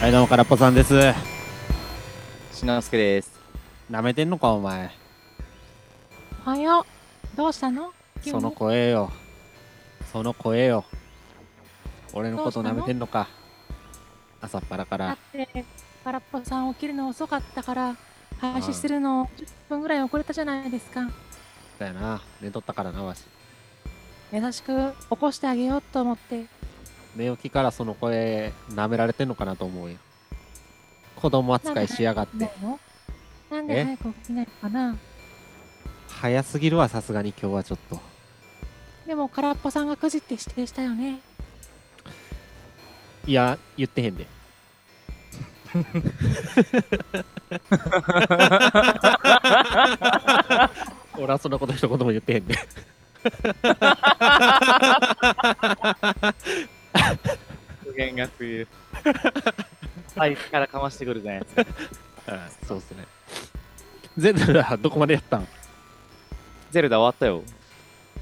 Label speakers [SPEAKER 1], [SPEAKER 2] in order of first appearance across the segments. [SPEAKER 1] はい、どうも、からっぽさんです。
[SPEAKER 2] しなすけです。
[SPEAKER 1] 舐めてんのか、お前。
[SPEAKER 3] おはよう。どうしたの急
[SPEAKER 1] そ
[SPEAKER 3] に
[SPEAKER 1] の声よ。その声よ。俺のこと舐めてんのか。朝っぱらか
[SPEAKER 3] だ
[SPEAKER 1] ら
[SPEAKER 3] っ。て、空っぽさん起きるの遅かったから、廃止するの10分ぐらい遅れたじゃないですか。
[SPEAKER 1] だよな。寝とったからな、わし。
[SPEAKER 3] 優しく起こしてあげようと思って。
[SPEAKER 1] 寝起きからその声、舐められてんのかなと思うよ。子供扱いしやがっ
[SPEAKER 3] な
[SPEAKER 1] て
[SPEAKER 3] ん。で早く起きないのな
[SPEAKER 1] え
[SPEAKER 3] んで早く起きないのかな
[SPEAKER 1] 早すぎるわ、さすがに今日はちょっと。
[SPEAKER 3] でも空っぽさんが9時って指定したよね。
[SPEAKER 1] いや、言ってへんで。俺はそんなこと一言も言ってへんで。
[SPEAKER 2] 無限が過ぎる。はい、からかましてくるじゃないですか。
[SPEAKER 1] そうっすね。ゼルダ、どこまでやったん
[SPEAKER 2] ゼルダ終わったよ。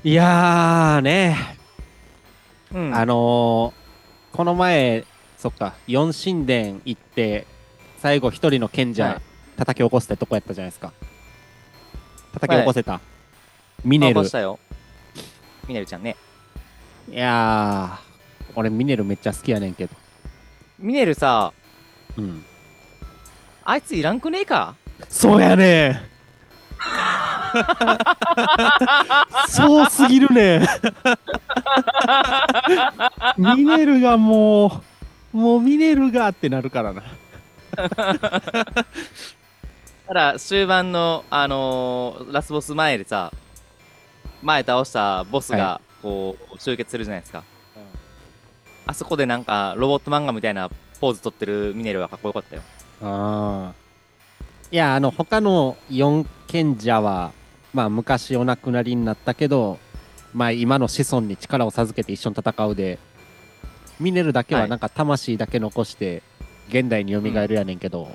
[SPEAKER 1] いやーね、
[SPEAKER 2] うん
[SPEAKER 1] あのー、この前、そっか、四神殿行って、最後一人の賢者、
[SPEAKER 2] はい
[SPEAKER 1] 叩き起こすってとこやったじゃないですか。叩き起こせた。ミネル。
[SPEAKER 2] したよ。ミネルちゃんね。
[SPEAKER 1] いやー、俺ミネルめっちゃ好きやねんけど。
[SPEAKER 2] ミネルさ、
[SPEAKER 1] うん。
[SPEAKER 2] あいついらんくねえか
[SPEAKER 1] そうやねんそうすぎるねんミネルがもう、もうミネルがってなるからな。
[SPEAKER 2] ただ、終盤の、あのーラスボス前でさ、前倒したボスが、こう、集結するじゃないですか。あそこでなんか、ロボット漫画みたいなポーズ取ってるミネルはかっこよかったよ。
[SPEAKER 1] ああ。いや、あの、他の4賢者は、まあ、昔お亡くなりになったけど、まあ、今の子孫に力を授けて一緒に戦うで、ミネルだけは
[SPEAKER 2] はい
[SPEAKER 1] なんか魂だけ残して、現代に蘇るやねんけど、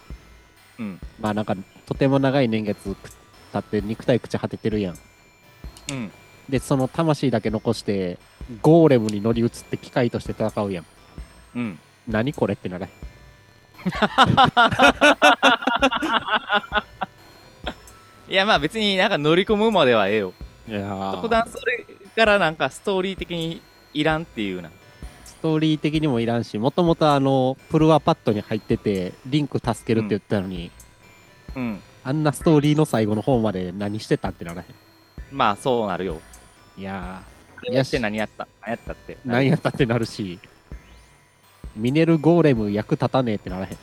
[SPEAKER 2] うん。
[SPEAKER 1] まあ、なんか、とても長い年月経って肉体朽ち果ててるやん。
[SPEAKER 2] うん。
[SPEAKER 1] で、その魂だけ残して、ゴーレムに乗り移って機械として戦うやん。
[SPEAKER 2] うん。
[SPEAKER 1] 何これってならへん
[SPEAKER 2] いや、まあ別になんか乗り込むまではええよ。
[SPEAKER 1] いやー
[SPEAKER 2] 特段それからなんかストーリー的にいらんっていうな。
[SPEAKER 1] ストーリー的にもいらんし、もともとあの、プルワパッドに入ってて、リンク助けるって言ったのに、
[SPEAKER 2] うん。
[SPEAKER 1] あんなストーリーの最後の方まで何してたってならへ
[SPEAKER 2] まあそうなるよ。
[SPEAKER 1] ん。いや
[SPEAKER 2] いやして何やった何やったって。
[SPEAKER 1] ー、何やったってなるし、ミネルゴーレム役立たねえってならへん。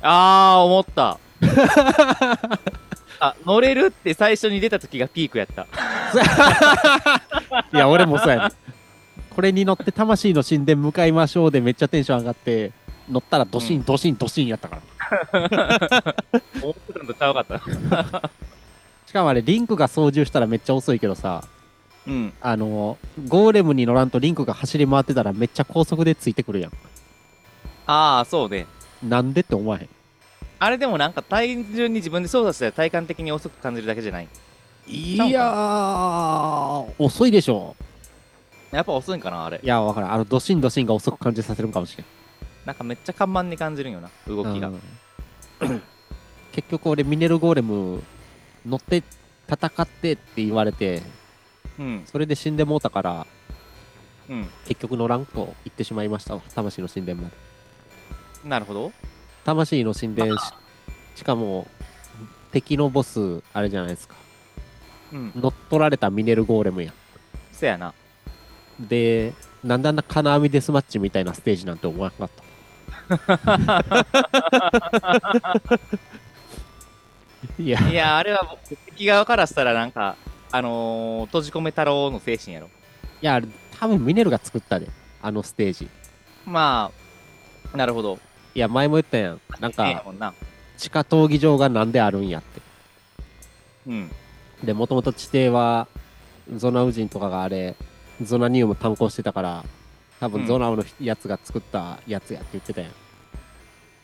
[SPEAKER 2] あー、思 った。あ、乗れるって最初に出た時がピークやった。
[SPEAKER 1] いや、俺もそうやねん。これに乗って魂の神殿向かいましょうでめっちゃテンション上がって、乗ったらドシンドシンドシンやったから。
[SPEAKER 2] 思ってたのとちゃうかった。
[SPEAKER 1] しかもあれ、リンクが操縦したらめっちゃ遅いけどさ、
[SPEAKER 2] うん。
[SPEAKER 1] あの、ゴーレムに乗らんとリンクが走り回ってたらめっちゃ高速でついてくるやん。
[SPEAKER 2] あー、そうね。
[SPEAKER 1] なんでって思わへん。
[SPEAKER 2] あれでもなんか単純に自分で操作したら体感的に遅く感じるだけじゃない。
[SPEAKER 1] い
[SPEAKER 2] やー
[SPEAKER 1] ー、遅いでしょ。
[SPEAKER 2] やっぱ遅いんかなあれ
[SPEAKER 1] い。や、わからん。あの、ドシンドシンが遅く感じさせるんかもしれん。
[SPEAKER 2] なんかめっちゃ看板に感じるんよな。動きが
[SPEAKER 1] う。ん結局俺、ミネルゴーレム、乗って、戦ってって言われて、
[SPEAKER 2] うん。
[SPEAKER 1] それで死んでもうたから、
[SPEAKER 2] うん。
[SPEAKER 1] 結局乗らんと言ってしまいましたわ。魂の神殿まで。
[SPEAKER 2] なるほど。
[SPEAKER 1] 魂の神殿し、しかも、敵のボス、あれじゃないですか。
[SPEAKER 2] うん。
[SPEAKER 1] 乗っ取られたミネルゴーレムや
[SPEAKER 2] せやな。
[SPEAKER 1] ん。で、なんだんだ金網デスマッチみたいなステージなんて思わなかった。 いや、
[SPEAKER 2] いや、あれは敵側からしたらなんか、あのー、閉じ込め太郎の精神やろ。
[SPEAKER 1] いや、多分ミネルが作ったで、あのステージ。
[SPEAKER 2] まあ、なるほど。
[SPEAKER 1] いや、前も言ったやん。なん
[SPEAKER 2] ええや
[SPEAKER 1] か、
[SPEAKER 2] もんな。
[SPEAKER 1] 地下闘技場がなんであるんやって。
[SPEAKER 2] うん。
[SPEAKER 1] で、もともと地底は、ゾナウ人とかがあれ、ゾナニウム炭鉱してたから、多
[SPEAKER 2] う
[SPEAKER 1] 分
[SPEAKER 2] ん
[SPEAKER 1] ゾナウのやつが作ったやつやって言ってたやん。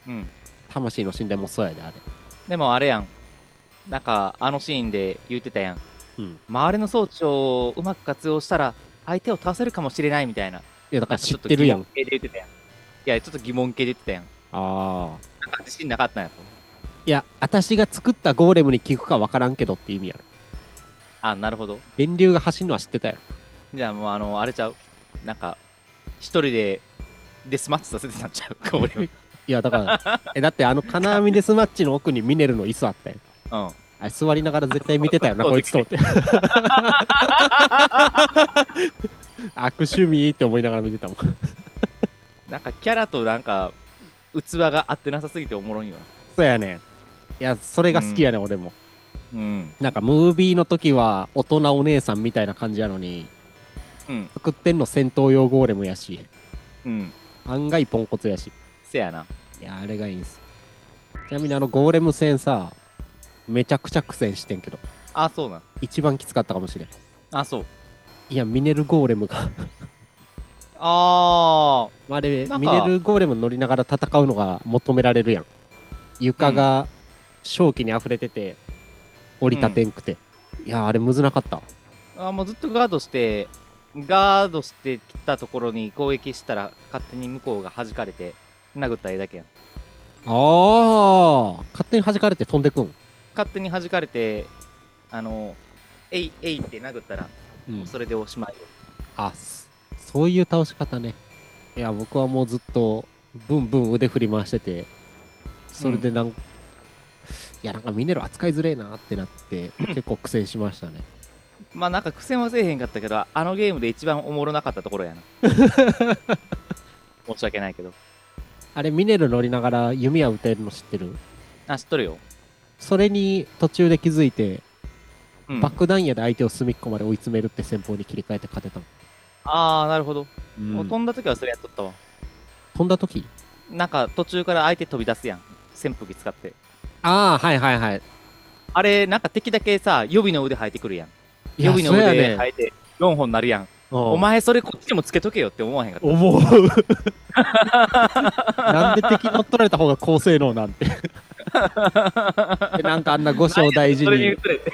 [SPEAKER 2] うん。
[SPEAKER 1] 魂の神殿もそうやで、あれ。
[SPEAKER 2] でもあれやん。なんか、あのシーンで言ってたやん。
[SPEAKER 1] うん。い
[SPEAKER 2] 周りの装置をうまく活用したら、相手を倒せるかもしれないみたいな。
[SPEAKER 1] や、だから知ってるやん。
[SPEAKER 2] ちょっと疑問系で言ってたやん。いや、ちょっと疑問系で言ってたやん。
[SPEAKER 1] ああ
[SPEAKER 2] なんか自信なかったんやと思う。
[SPEAKER 1] いや私が作ったゴーレムに聞くか分からんけどって意味やろ
[SPEAKER 2] あ、なるほど。
[SPEAKER 1] 電流が走るのは知ってたよ
[SPEAKER 2] じゃあもうあの、あれちゃう。なんか、一人でデスマッチさせてたん ちゃうか、俺は。
[SPEAKER 1] いやだからえだってあの金網デスマッチの奥にミネルの椅子あったよ
[SPEAKER 2] うん。
[SPEAKER 1] あれ座りながら絶対見てた よな、
[SPEAKER 2] そう
[SPEAKER 1] こいつと思って。 悪趣味って思いながら見てたもん。
[SPEAKER 2] なんかキャラとなんか、器が合ってなさすぎておもろいよ
[SPEAKER 1] そうやね。いや、それが好きやね、俺も。
[SPEAKER 2] な。うん。
[SPEAKER 1] なんか、ムービーの時は、大人お姉さんみたいな感じやのに、
[SPEAKER 2] うん。
[SPEAKER 1] 作ってんの戦闘用ゴーレムやし、
[SPEAKER 2] うん。
[SPEAKER 1] 案外ポンコツやし。
[SPEAKER 2] せやな。
[SPEAKER 1] いや、あれがいいんす。ちなみに、あの、ゴーレム戦さ、めちゃくちゃ苦戦してんけど、
[SPEAKER 2] あ、そうなん。
[SPEAKER 1] 一番きつかったかもしれん。
[SPEAKER 2] あ、そう。
[SPEAKER 1] いや、ミネルゴーレムが、
[SPEAKER 2] あー。
[SPEAKER 1] あれ、
[SPEAKER 2] なん
[SPEAKER 1] ミ
[SPEAKER 2] か
[SPEAKER 1] ネルゴーレム乗りながら戦うのが求められるやん。床が正気に溢れてて、降りたてんくて。いや、あれむずなかった。
[SPEAKER 2] あもうずっとガードして、ガードしてきたところに攻撃したら、勝手に向こうが弾かれて、殴ったらええだけやん。
[SPEAKER 1] ああ勝手に弾かれて飛んでくん。
[SPEAKER 2] 勝手に弾かれて、あの、えい、えいって殴ったら、
[SPEAKER 1] うん
[SPEAKER 2] それでおしまい。
[SPEAKER 1] あそそういう倒し方ね。いや、僕はもうずっと、ブンブン腕振り回してて、それでなん、いや、なんかミネル扱いづれえなってなって、結構苦戦しましたね。
[SPEAKER 2] まあなんか苦戦はせえへんかったけど、あのゲームで一番おもろなかったところや な。申し訳ないけど。
[SPEAKER 1] あれ、ミネル乗りながら弓矢撃てるの知ってる
[SPEAKER 2] あ、知っとるよ。
[SPEAKER 1] それに途中で気づいて、
[SPEAKER 2] うん、
[SPEAKER 1] 爆弾矢で相手を隅っこまで追い詰めるって戦法に切り替えて勝てたの。
[SPEAKER 2] ああ、なるほど。もう飛
[SPEAKER 1] 飛
[SPEAKER 2] んだ時はそれやっとったわ。
[SPEAKER 1] んだ時
[SPEAKER 2] なんか途中から相手飛び出すやん。扇風機使って。
[SPEAKER 1] ああ、はいはいはい。
[SPEAKER 2] あれ、なんか敵だけさ、予備の腕生えてくるやん。
[SPEAKER 1] い
[SPEAKER 2] 予
[SPEAKER 1] や
[SPEAKER 2] 備の
[SPEAKER 1] そうや
[SPEAKER 2] 腕
[SPEAKER 1] ね
[SPEAKER 2] 生えて4本なるやん。お
[SPEAKER 1] お。
[SPEAKER 2] 前それこっちにもつけとけよって思わへんかった。
[SPEAKER 1] 思う。なんで敵乗っ取られた方が高性能なんて。でなんかあんな五章大事
[SPEAKER 2] それに移
[SPEAKER 1] に、
[SPEAKER 2] れて。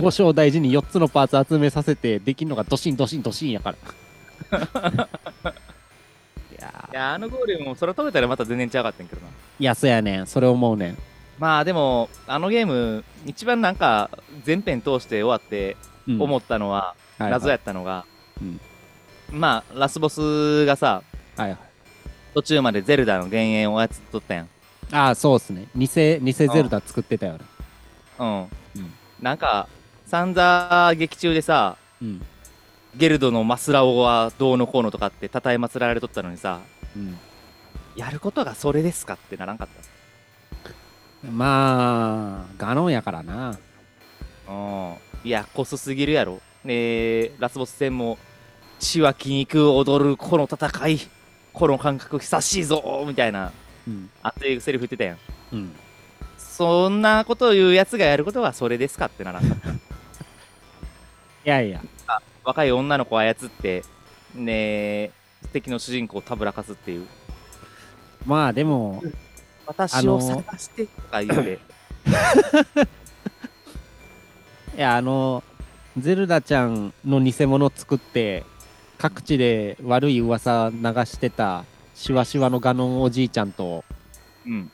[SPEAKER 1] 五章大事に4つのパーツ集めさせて、できるのがドシンドシンドシンやから。いや
[SPEAKER 2] い
[SPEAKER 1] ー
[SPEAKER 2] や、あのゴーレムも空飛べたらまた全然ちゃうかったんやけどな。
[SPEAKER 1] いや、そうやねん。それ思うねん。
[SPEAKER 2] まあでも、あのゲーム、一番なんか全編通して終わって
[SPEAKER 1] うん
[SPEAKER 2] 思ったのは、
[SPEAKER 1] はい
[SPEAKER 2] 謎やったのが、
[SPEAKER 1] うん
[SPEAKER 2] まあ、ラスボスがさ、
[SPEAKER 1] はいはい。
[SPEAKER 2] 途中までゼルダの幻影を操っとったやん。
[SPEAKER 1] ああ、そうっすね。偽、偽ゼルダ作ってたよね。
[SPEAKER 2] うん。
[SPEAKER 1] ん
[SPEAKER 2] なんか、散々劇中でさ、
[SPEAKER 1] うん。
[SPEAKER 2] ゲルドのマスラオはどうのこうのとかってたたえまつられとったのにさ、
[SPEAKER 1] うん。
[SPEAKER 2] やることがそれですかってならんかっ
[SPEAKER 1] まあ、ガノンやからな。
[SPEAKER 2] た。うん。いや、こそすぎるやろ。ねえ、ラスボス戦も、血は気肉踊るこの戦い、この感覚久しいぞみたいな、
[SPEAKER 1] うん。
[SPEAKER 2] あっていうセリフ言ってたやん。
[SPEAKER 1] うん。
[SPEAKER 2] そんなことを言うやつがやることがそれですかってならんかった。
[SPEAKER 1] いやいや。
[SPEAKER 2] 若い女の子を操って、ねえ、敵の主人公をたぶらかすっていう。
[SPEAKER 1] まあでも、
[SPEAKER 2] 私を探してとか 言って、
[SPEAKER 1] いや、あの、ゼルダちゃんの偽物作って、各地で悪い噂流してた、シワシワのガノンおじいちゃんと、
[SPEAKER 2] うん。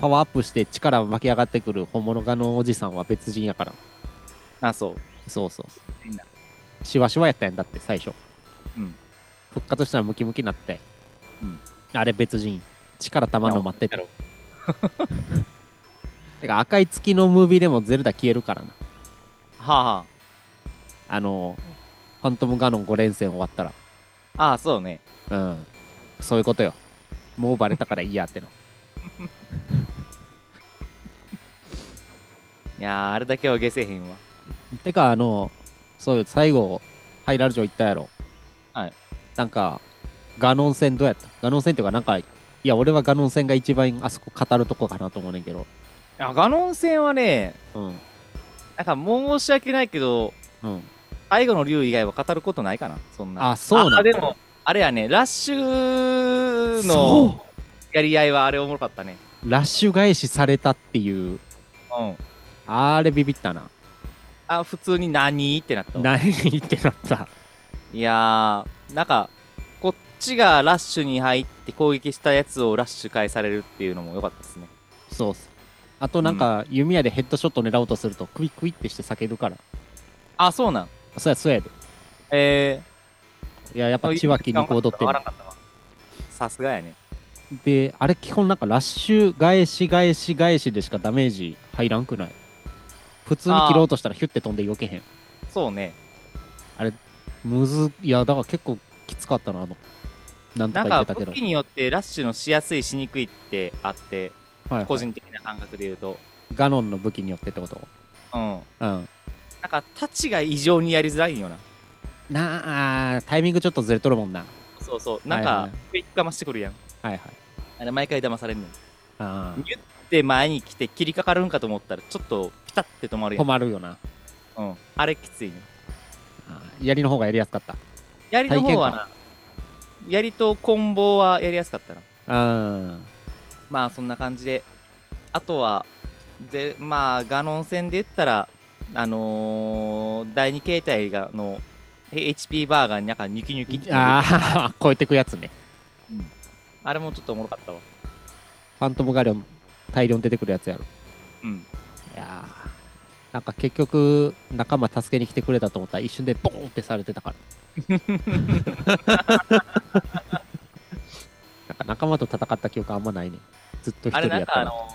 [SPEAKER 1] パワーアップして力巻き上がってくる本物ガノンおじさんは別人やから。
[SPEAKER 2] あ、そう。
[SPEAKER 1] そうそう
[SPEAKER 2] みんな。
[SPEAKER 1] シワシワやったやんだって、最初。
[SPEAKER 2] うん。
[SPEAKER 1] 復活したらムキムキになって。
[SPEAKER 2] うん。
[SPEAKER 1] あれ別人。力たまんの待ってた
[SPEAKER 2] やろ。
[SPEAKER 1] てか、赤い月のムービーでもゼルダ消えるからな。
[SPEAKER 2] はあ、は
[SPEAKER 1] あの、ファントムガノン5連戦終わったら。
[SPEAKER 2] あ、ああ、そうね。
[SPEAKER 1] うん。そういうことよ。もうバレたからいいやっての。
[SPEAKER 2] いやー、あれだけは下せへんわ。
[SPEAKER 1] てか、あの、そういう、最後、ハイラル城行ったやろ。
[SPEAKER 2] はい。
[SPEAKER 1] なんか、ガノン戦どうやったガノン戦っていうか、なんか、いや、俺はガノン戦が一番あそこ語るとこかなと思うねんけど。
[SPEAKER 2] あガノン戦はね、
[SPEAKER 1] うん。
[SPEAKER 2] なんか申し訳ないけど、
[SPEAKER 1] うん。
[SPEAKER 2] 最後の竜以外は語ることないかな、そんな。
[SPEAKER 1] あそうなんだ
[SPEAKER 2] あ、でも、あれやね、ラッシュの
[SPEAKER 1] そ
[SPEAKER 2] やり合いはあれおもろかったね。
[SPEAKER 1] うラッシュ返しされたっていう、
[SPEAKER 2] うん。
[SPEAKER 1] あれビビったな。
[SPEAKER 2] あ、普通に何ってなったわ。
[SPEAKER 1] 何ってなった。
[SPEAKER 2] いやー、なんか、こっちがラッシュに入って攻撃したやつをラッシュ返されるっていうのも良かったですね。
[SPEAKER 1] そうっすあとなんか弓矢でヘッドショット狙おうとするとクイクイってして避けるから
[SPEAKER 2] あ、そうなん。
[SPEAKER 1] そうやそうやで
[SPEAKER 2] え
[SPEAKER 1] いややっぱ
[SPEAKER 2] ー。
[SPEAKER 1] 千脇肉踊って
[SPEAKER 2] わ
[SPEAKER 1] る
[SPEAKER 2] からんかったわさすがやね。
[SPEAKER 1] であれ基本なんかラッシュ返し返し返しでしかダメージ入らんくない普通に切ろうとしたらヒュッて飛んで避けへん
[SPEAKER 2] そうね。
[SPEAKER 1] むずいやだから結構きつかったなあのなんとか
[SPEAKER 2] なん
[SPEAKER 1] 言って
[SPEAKER 2] か
[SPEAKER 1] たけど
[SPEAKER 2] 武器によってラッシュのしやすいしにくいってあって、
[SPEAKER 1] はいはい
[SPEAKER 2] 個人的な感覚で言うと。
[SPEAKER 1] ガノンの武器によってってこと
[SPEAKER 2] うん。
[SPEAKER 1] うん
[SPEAKER 2] なんか、タッチが異常にやりづらいんよな。
[SPEAKER 1] なあタイミングちょっとずれとるもんな
[SPEAKER 2] そうそう。なん
[SPEAKER 1] はいは
[SPEAKER 2] か
[SPEAKER 1] い、
[SPEAKER 2] クイックが増してくるやん。
[SPEAKER 1] はいはい
[SPEAKER 2] あれ、毎回騙されんねん。
[SPEAKER 1] あー
[SPEAKER 2] で、前に来て切りかかるんかと思ったら、ちょっとピタって止まるや
[SPEAKER 1] 止
[SPEAKER 2] ん。
[SPEAKER 1] まるよな
[SPEAKER 2] うん。あれきついね。
[SPEAKER 1] あー槍の方がやりやすかった
[SPEAKER 2] やりの方は
[SPEAKER 1] 体
[SPEAKER 2] な、やりとコンボはやりやすかったな。
[SPEAKER 1] うん
[SPEAKER 2] まあそんな感じで、あとは、でまあ、ガノン戦で言ったら、あのー第2形態がの HP バーガーになんかニュキニュキっていう
[SPEAKER 1] あ
[SPEAKER 2] あ
[SPEAKER 1] あ超えてくやつね
[SPEAKER 2] れもちょっとおもろかったわ。
[SPEAKER 1] ファントムガリオン大量に出てくるやつやろ
[SPEAKER 2] うん。
[SPEAKER 1] いやーなんか結局仲間助けに来てくれたと思ったら一瞬でボーンってされてたから なんか仲間と戦った記憶あんまないねずっと一
[SPEAKER 2] あ
[SPEAKER 1] 人
[SPEAKER 2] れな
[SPEAKER 1] や
[SPEAKER 2] ん
[SPEAKER 1] った
[SPEAKER 2] からあの、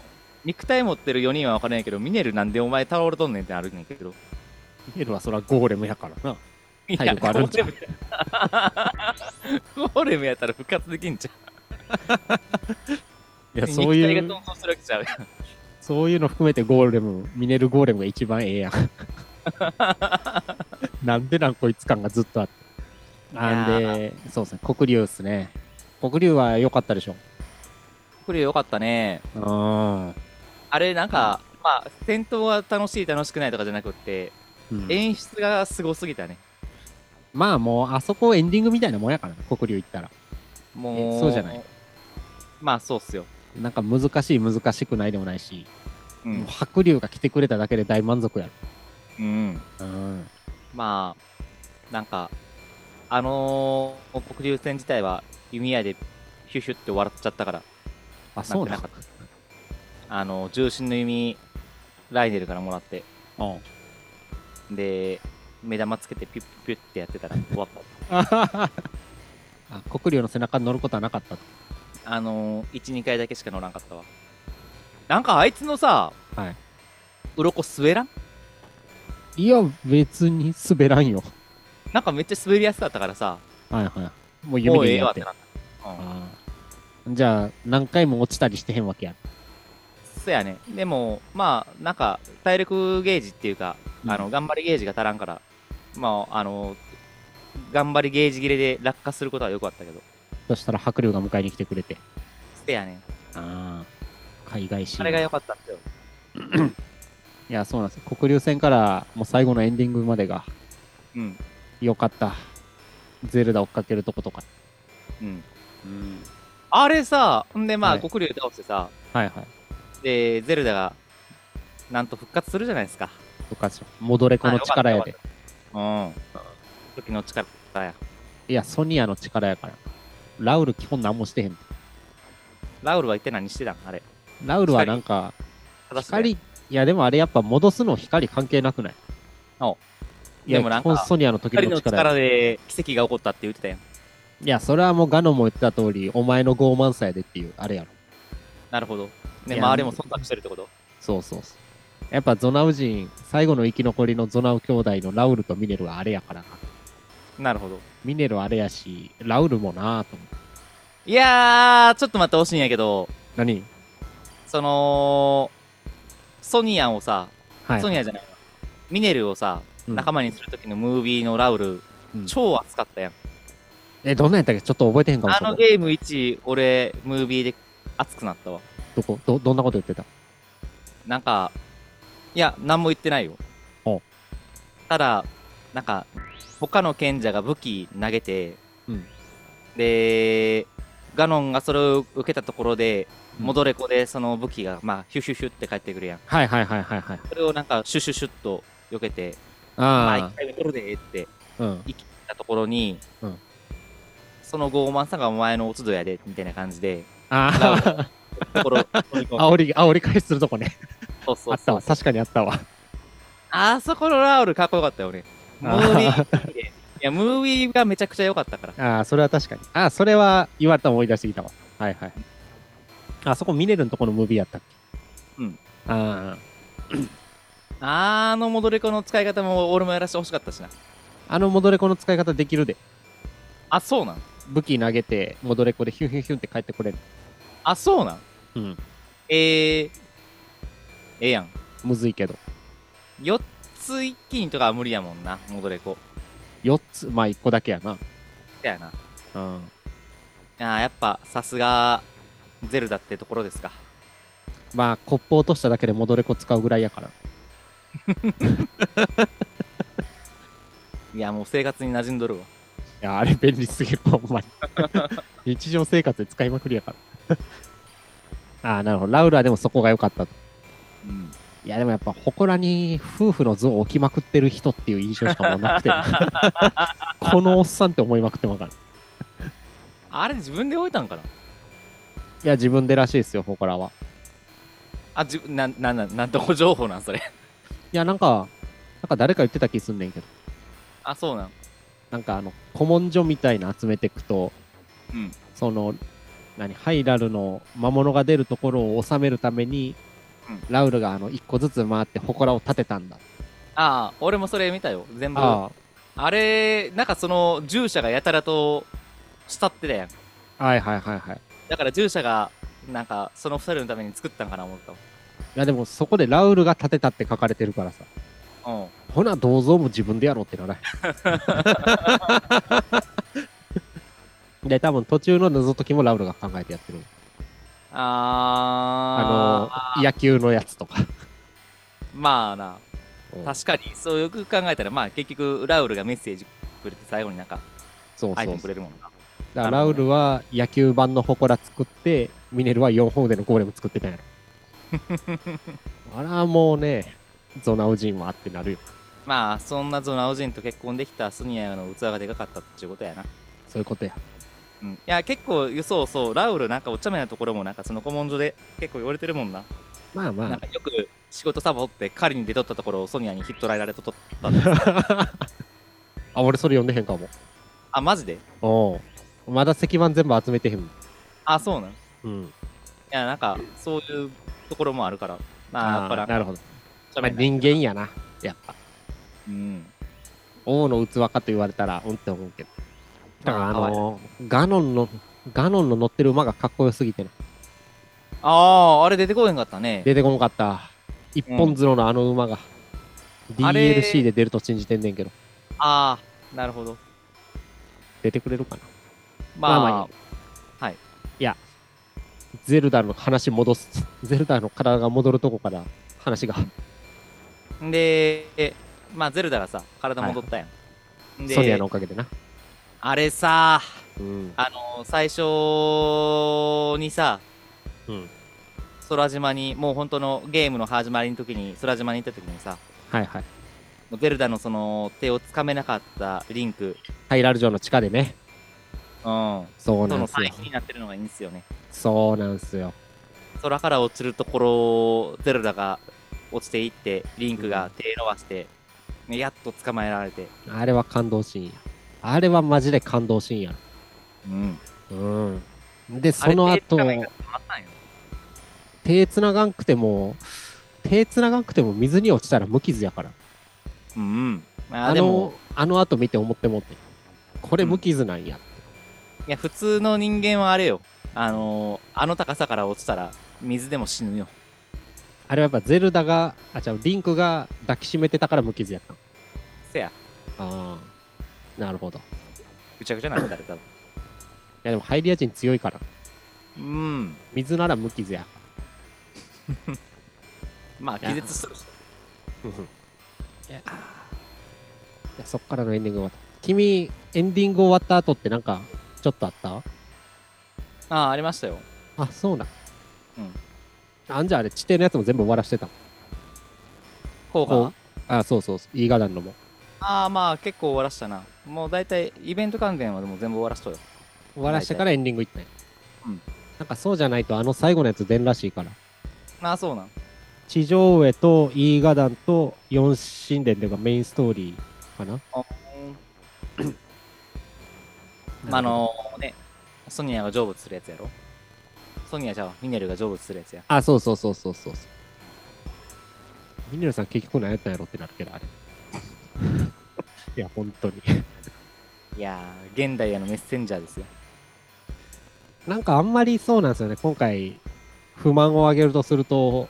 [SPEAKER 2] 肉体持ってる4人は分からんやけど、ミネルなんでお前倒れとんねんってあるねんけど。
[SPEAKER 1] エルはそらゴーレムやからない体力あるんちゃう
[SPEAKER 2] ゴーレムや ゴーレムやったら復活できんじ
[SPEAKER 1] い
[SPEAKER 2] ゃ
[SPEAKER 1] や
[SPEAKER 2] ん。
[SPEAKER 1] そうい
[SPEAKER 2] 肉体
[SPEAKER 1] う
[SPEAKER 2] が損傷するわけちゃうやん。
[SPEAKER 1] そういうの含めてゴーレムミネルゴーレムが一番ええや んなんでなんこいつ感がずっとあってなん
[SPEAKER 2] いや
[SPEAKER 1] でそうですね黒竜っすね黒竜は良かったでしょ
[SPEAKER 2] これよかったね。
[SPEAKER 1] あ
[SPEAKER 2] あれなんか、まあ戦闘は楽しい楽しくないとかじゃなくって、
[SPEAKER 1] あ、うん
[SPEAKER 2] 演出がすごすぎたね
[SPEAKER 1] まあもうあそこエンディングみたいなもんやからな黒竜行ったら
[SPEAKER 2] も
[SPEAKER 1] え
[SPEAKER 2] う
[SPEAKER 1] そうじゃない
[SPEAKER 2] まあそうっすよ、
[SPEAKER 1] なんか難しい難しくないでもないし、
[SPEAKER 2] う
[SPEAKER 1] もうん白竜が来てくれただけで大満足や
[SPEAKER 2] うん、
[SPEAKER 1] ろうん
[SPEAKER 2] まあなんかあのー、黒竜戦自体は弓矢でヒュヒュって笑っちゃったから
[SPEAKER 1] あそうな
[SPEAKER 2] なん
[SPEAKER 1] ん
[SPEAKER 2] かあの重心の弓ライネルからもらって
[SPEAKER 1] うん
[SPEAKER 2] で目玉つけてピュッピュッってやって たら終わった
[SPEAKER 1] あ黒竜の背中に乗ることはなかったと
[SPEAKER 2] あのー、12回だけしか乗らんかったわなんかあいつのさ
[SPEAKER 1] はい
[SPEAKER 2] 鱗滑らん
[SPEAKER 1] いや別に滑らんよ
[SPEAKER 2] なんかめっちゃ滑りやすかったからさ
[SPEAKER 1] はいはいもう
[SPEAKER 2] も
[SPEAKER 1] 弓
[SPEAKER 2] うえ
[SPEAKER 1] で
[SPEAKER 2] え
[SPEAKER 1] や
[SPEAKER 2] わ
[SPEAKER 1] っ
[SPEAKER 2] って
[SPEAKER 1] て
[SPEAKER 2] なった。うん。
[SPEAKER 1] あーじゃあ何回も落ちたりしてへんわけや
[SPEAKER 2] そやね。でも、まあ、なんか、体力ゲージっていうか、
[SPEAKER 1] うん
[SPEAKER 2] あの、頑張りゲージが足らんから、まあ、あの、頑張りゲージ切れで落下することはよくあったけど。
[SPEAKER 1] そしたら白竜が迎えに来てくれて
[SPEAKER 2] そやね。
[SPEAKER 1] ああ海外シー
[SPEAKER 2] あ
[SPEAKER 1] ン
[SPEAKER 2] れが良かったんですよ。
[SPEAKER 1] いやそうなんですよ黒竜戦からもう最後のエンディングまでが
[SPEAKER 2] うん。
[SPEAKER 1] よかったゼルダ追っかけるとことか
[SPEAKER 2] うん。
[SPEAKER 1] うん
[SPEAKER 2] あれさ、んで、まあ、
[SPEAKER 1] はい
[SPEAKER 2] 黒竜倒してさ、
[SPEAKER 1] はいはい
[SPEAKER 2] で、ゼルダが、なんと復活するじゃないですか。
[SPEAKER 1] とか戻れこの力や
[SPEAKER 2] あよ
[SPEAKER 1] で
[SPEAKER 2] かったうん。時の力や。
[SPEAKER 1] いやソニアの力やからラウル基本何もしてへん
[SPEAKER 2] ラウルは一体何してたんあれ。
[SPEAKER 1] ラウルはなんか
[SPEAKER 2] ただしね
[SPEAKER 1] 光いやでもあれやっぱ戻すの光関係なくない
[SPEAKER 2] お
[SPEAKER 1] いや
[SPEAKER 2] でもなん
[SPEAKER 1] 基
[SPEAKER 2] か
[SPEAKER 1] 本ソニアの時
[SPEAKER 2] 光
[SPEAKER 1] の
[SPEAKER 2] の
[SPEAKER 1] 力や
[SPEAKER 2] 力で奇跡が起こったって言ってたやん。
[SPEAKER 1] いやそれはもうガノンも言ってた通りお前の傲慢さやでっていうあれやろ
[SPEAKER 2] なるほど。ね、
[SPEAKER 1] いや
[SPEAKER 2] 周りも忖度してるってこと
[SPEAKER 1] そうそうそうやっぱゾナウ人最後の生き残りのゾナウ兄弟のラウルとミネルはあれやからな
[SPEAKER 2] なるほど。
[SPEAKER 1] ミネルはあれやしラウルもなぁと思って
[SPEAKER 2] いやー、ちょっと待ってほしいんやけど、
[SPEAKER 1] 何
[SPEAKER 2] その、ソニアをさ、
[SPEAKER 1] はい
[SPEAKER 2] ソニアじゃないわミネルをさ、
[SPEAKER 1] うん
[SPEAKER 2] 仲間にするときのムービーのラウル、
[SPEAKER 1] うん
[SPEAKER 2] 超熱かったやん。
[SPEAKER 1] えどんなんやったっけちょっと覚えてへんかも
[SPEAKER 2] あ
[SPEAKER 1] しれな
[SPEAKER 2] の
[SPEAKER 1] い
[SPEAKER 2] ゲーム1、俺、ムービーで熱くなったわ。
[SPEAKER 1] どこどどんなこと言ってた
[SPEAKER 2] なんか、いや、何も言ってないよ
[SPEAKER 1] お。
[SPEAKER 2] ただ、なんか、他の賢者が武器投げて、
[SPEAKER 1] うん
[SPEAKER 2] で、ガノンがそれを受けたところで、
[SPEAKER 1] うん
[SPEAKER 2] 戻れ子でその武器が、まあ、ヒュヒュヒュって返ってくるやん。
[SPEAKER 1] はいはいはいはいはい
[SPEAKER 2] それをなんか、シュシュシュっと避けて、まあ、
[SPEAKER 1] あ
[SPEAKER 2] 一回戻るでって
[SPEAKER 1] あ、うん。
[SPEAKER 2] 言ったところに、
[SPEAKER 1] うん
[SPEAKER 2] その後、まさかお前の落ち度やで、みたいな感じで、
[SPEAKER 1] あー
[SPEAKER 2] 心を取り込んで
[SPEAKER 1] 煽り、煽り返しするとこね。
[SPEAKER 2] そうそうそう
[SPEAKER 1] あったわ。確かにあったわ。
[SPEAKER 2] あそこのラウルかっこよかったよね。ムービ
[SPEAKER 1] あ
[SPEAKER 2] ー。いや、ムービーがめちゃくちゃ良かったから。
[SPEAKER 1] ああ、それは確かに。ああ、それは言われたら思い出してきたわ。はいはい。あそこ見れるんとこのムービーやったっけ
[SPEAKER 2] うん。
[SPEAKER 1] あ
[SPEAKER 2] あの戻り子の使い方も俺もやらせてほしかったしな。
[SPEAKER 1] あ、あの戻れ子の使い方できるで。
[SPEAKER 2] あ、そうなん
[SPEAKER 1] 武器投げて、戻れ子でヒュンヒュンヒュンって帰ってこれる。
[SPEAKER 2] あ、そうなん
[SPEAKER 1] うん。
[SPEAKER 2] えー、ええやん。
[SPEAKER 1] むずいけど。
[SPEAKER 2] 4つ一気にとかは無理やもんな、戻り子。
[SPEAKER 1] 4つ、まあ1個だけやな。
[SPEAKER 2] だよな。
[SPEAKER 1] うん。
[SPEAKER 2] あーやっぱさすが、ゼルダってところですか。
[SPEAKER 1] まあ、コップ落としただけで戻れ子使うぐらいやから。
[SPEAKER 2] いや、もう生活に馴染んどるわ。
[SPEAKER 1] いや、あれ便利すぎる、ほんまに。日常生活で使いまくりやから。ああ、なるほど。ラウラでもそこが良かったと。
[SPEAKER 2] うん。
[SPEAKER 1] いや、でもやっぱ、祠に夫婦の像を置きまくってる人っていう印象しかもうなくて、このおっさんって思いまくってもからん。い
[SPEAKER 2] あれ自分で置いたんかな
[SPEAKER 1] や、自分でらしいですよ、祠は。
[SPEAKER 2] あ、じな、な、な、なんとこ情報なんそれ。
[SPEAKER 1] いや、なんか、なんか誰か言ってた気すんねんけど、
[SPEAKER 2] あ、そうなん。
[SPEAKER 1] なんかあの、古文書みたいな集めてくと、
[SPEAKER 2] うん。
[SPEAKER 1] その、何、ハイラルの魔物が出るところを収めるために、
[SPEAKER 2] うん
[SPEAKER 1] ラウルがあの、一個ずつ回って祠を建てたんだ。
[SPEAKER 2] ああ、俺もそれ見たよ。全部。
[SPEAKER 1] あ
[SPEAKER 2] あれ、なんかその、従者がやたらと、慕ってたやん。
[SPEAKER 1] あ、はいはいはいはい。
[SPEAKER 2] だから従者が、なんか、その二人のために作ったんかな思ったわ
[SPEAKER 1] いや、でもそこでラウルが建てたって書かれてるからさ。
[SPEAKER 2] うん。
[SPEAKER 1] ほな、銅像も自分でやろうってならない。で、多分途中の謎解きもラウルが考えてやってる。
[SPEAKER 2] あ
[SPEAKER 1] あ
[SPEAKER 2] ー、あ
[SPEAKER 1] の、野球のやつとか。
[SPEAKER 2] まあな、
[SPEAKER 1] うん
[SPEAKER 2] 確かに、そうよく考えたら、まあ結局、ラウルがメッセージくれて、最後になんか、
[SPEAKER 1] そう
[SPEAKER 2] アイ
[SPEAKER 1] そう
[SPEAKER 2] テムく
[SPEAKER 1] そう。
[SPEAKER 2] れるもんな。
[SPEAKER 1] だからラウルは野球版の祠作って、ミネルは4方でのゴーレム作ってたん やろ。あら、もうね、ゾナウジンはってなるよ。
[SPEAKER 2] まあ、そんなゾナオジンと結婚できたスニアの器がでかかったっていうことやな。
[SPEAKER 1] そういうことや。
[SPEAKER 2] うん。いや、結構、そうそう、ラウルなんかお茶目なところも、なんかその古文書で結構言われてるもんな。
[SPEAKER 1] まあ
[SPEAKER 2] なん
[SPEAKER 1] ま
[SPEAKER 2] かよく仕事サボって狩りに出とったところをソニアに引っ捕らえられとったんです
[SPEAKER 1] あ。あ、俺それ読んでへんかも。
[SPEAKER 2] あマジで
[SPEAKER 1] おうまだ石板全部集めてへん。
[SPEAKER 2] あそうなんい
[SPEAKER 1] うん。
[SPEAKER 2] やなんかそういうところもあるからまあやっぱ
[SPEAKER 1] あ
[SPEAKER 2] な
[SPEAKER 1] ー
[SPEAKER 2] んか
[SPEAKER 1] なるほど。
[SPEAKER 2] ちょ
[SPEAKER 1] まあ
[SPEAKER 2] っとね
[SPEAKER 1] 人間やな。やっぱ。
[SPEAKER 2] うん
[SPEAKER 1] 王の器かと言われたら、うんって思うけど。だから、あ
[SPEAKER 2] かわいい
[SPEAKER 1] のーガノンの、ガノンの乗ってる馬がかっこよすぎてな。
[SPEAKER 2] あああれ出てこへんかったね
[SPEAKER 1] 出てこんかった。一本角のあの馬が。
[SPEAKER 2] あれ
[SPEAKER 1] DLC で出ると信じてんねんけど。
[SPEAKER 2] ああなるほど
[SPEAKER 1] 出てくれるかな。
[SPEAKER 2] まあ、
[SPEAKER 1] まあまあい
[SPEAKER 2] はい
[SPEAKER 1] いや、ゼルダの話戻す。 ゼルダの体が戻るとこから話が。
[SPEAKER 2] でえまあゼルダがさ体戻ったやん、で
[SPEAKER 1] ソニアのおかげでな。
[SPEAKER 2] あれさ
[SPEAKER 1] うん。
[SPEAKER 2] あの最初にさ
[SPEAKER 1] うん。
[SPEAKER 2] 空島にもう本当のゲームの始まりの時に空島に行った時にさ
[SPEAKER 1] はいはい。
[SPEAKER 2] もうゼルダのその手をつかめなかったリンク、
[SPEAKER 1] ハイラル城の地下でね。
[SPEAKER 2] うん、
[SPEAKER 1] そう
[SPEAKER 2] と
[SPEAKER 1] なん
[SPEAKER 2] の
[SPEAKER 1] す
[SPEAKER 2] 対
[SPEAKER 1] よ。
[SPEAKER 2] 比になってるのがいいんですよね。
[SPEAKER 1] そうなんすよ。
[SPEAKER 2] 空から落ちるところをゼルダが落ちていって、リンクが手伸ばして、ねやっと捕まえられて、
[SPEAKER 1] あれは感動シーンや。あれはマジで感動シーンや。
[SPEAKER 2] うん、
[SPEAKER 1] うん。で、その
[SPEAKER 2] あれ手
[SPEAKER 1] 後
[SPEAKER 2] つ、かないから捕まったんよ
[SPEAKER 1] 手つながんくても、手つながんくても水に落ちたら無傷やから。
[SPEAKER 2] うん、うん。まあ、
[SPEAKER 1] あ
[SPEAKER 2] でも
[SPEAKER 1] の、、あの後見て思ってもって。これ無傷なんや。
[SPEAKER 2] いや、普通の人間はあれよ。あのー、あの高さから落ちたら、水でも死ぬよ。
[SPEAKER 1] あれはやっぱゼルダが、あ、じゃリンクが抱きしめてたから無傷やった。
[SPEAKER 2] せや、
[SPEAKER 1] ああ。なるほど。い
[SPEAKER 2] ぐちゃぐちゃになったら、多分。
[SPEAKER 1] やでもハイリア人強いから。
[SPEAKER 2] うん。
[SPEAKER 1] 水なら無傷や。
[SPEAKER 2] まあ、気絶するし。
[SPEAKER 1] いや、いやそっからのエンディング終わった。君、エンディング終わった後ってなんか、ちょっとあった
[SPEAKER 2] ああ、ありましたよ。
[SPEAKER 1] あ、そうなん。
[SPEAKER 2] うん。
[SPEAKER 1] あんじゃあれ、地底のやつも全部終わらしてたもん。
[SPEAKER 2] 効果は
[SPEAKER 1] あ、そうそうそう。イーガダンのも。
[SPEAKER 2] ああまあ結構終わらしたなもう大体イベント関連はでも全部終わらしとよ
[SPEAKER 1] 終わらしてからエンディングいったんや
[SPEAKER 2] うん
[SPEAKER 1] なんかそうじゃないとあの最後のやつ出んらしいから
[SPEAKER 2] あ、そうなん。
[SPEAKER 1] 地上絵とイーガダンと四神殿というかメインストーリーかな
[SPEAKER 2] まあ、あのね、ソニアが成仏するやつやろ。ソニアじゃあ、ミネルが成仏するやつや。
[SPEAKER 1] あそうそうそうそうそうそうミネルさん結局何やったんやろってなるけどあ れいや本当に
[SPEAKER 2] いやー、現代へのメッセンジャーですよ。
[SPEAKER 1] なんかあんまりそうなんですよね、今回、不満を挙げるとすると、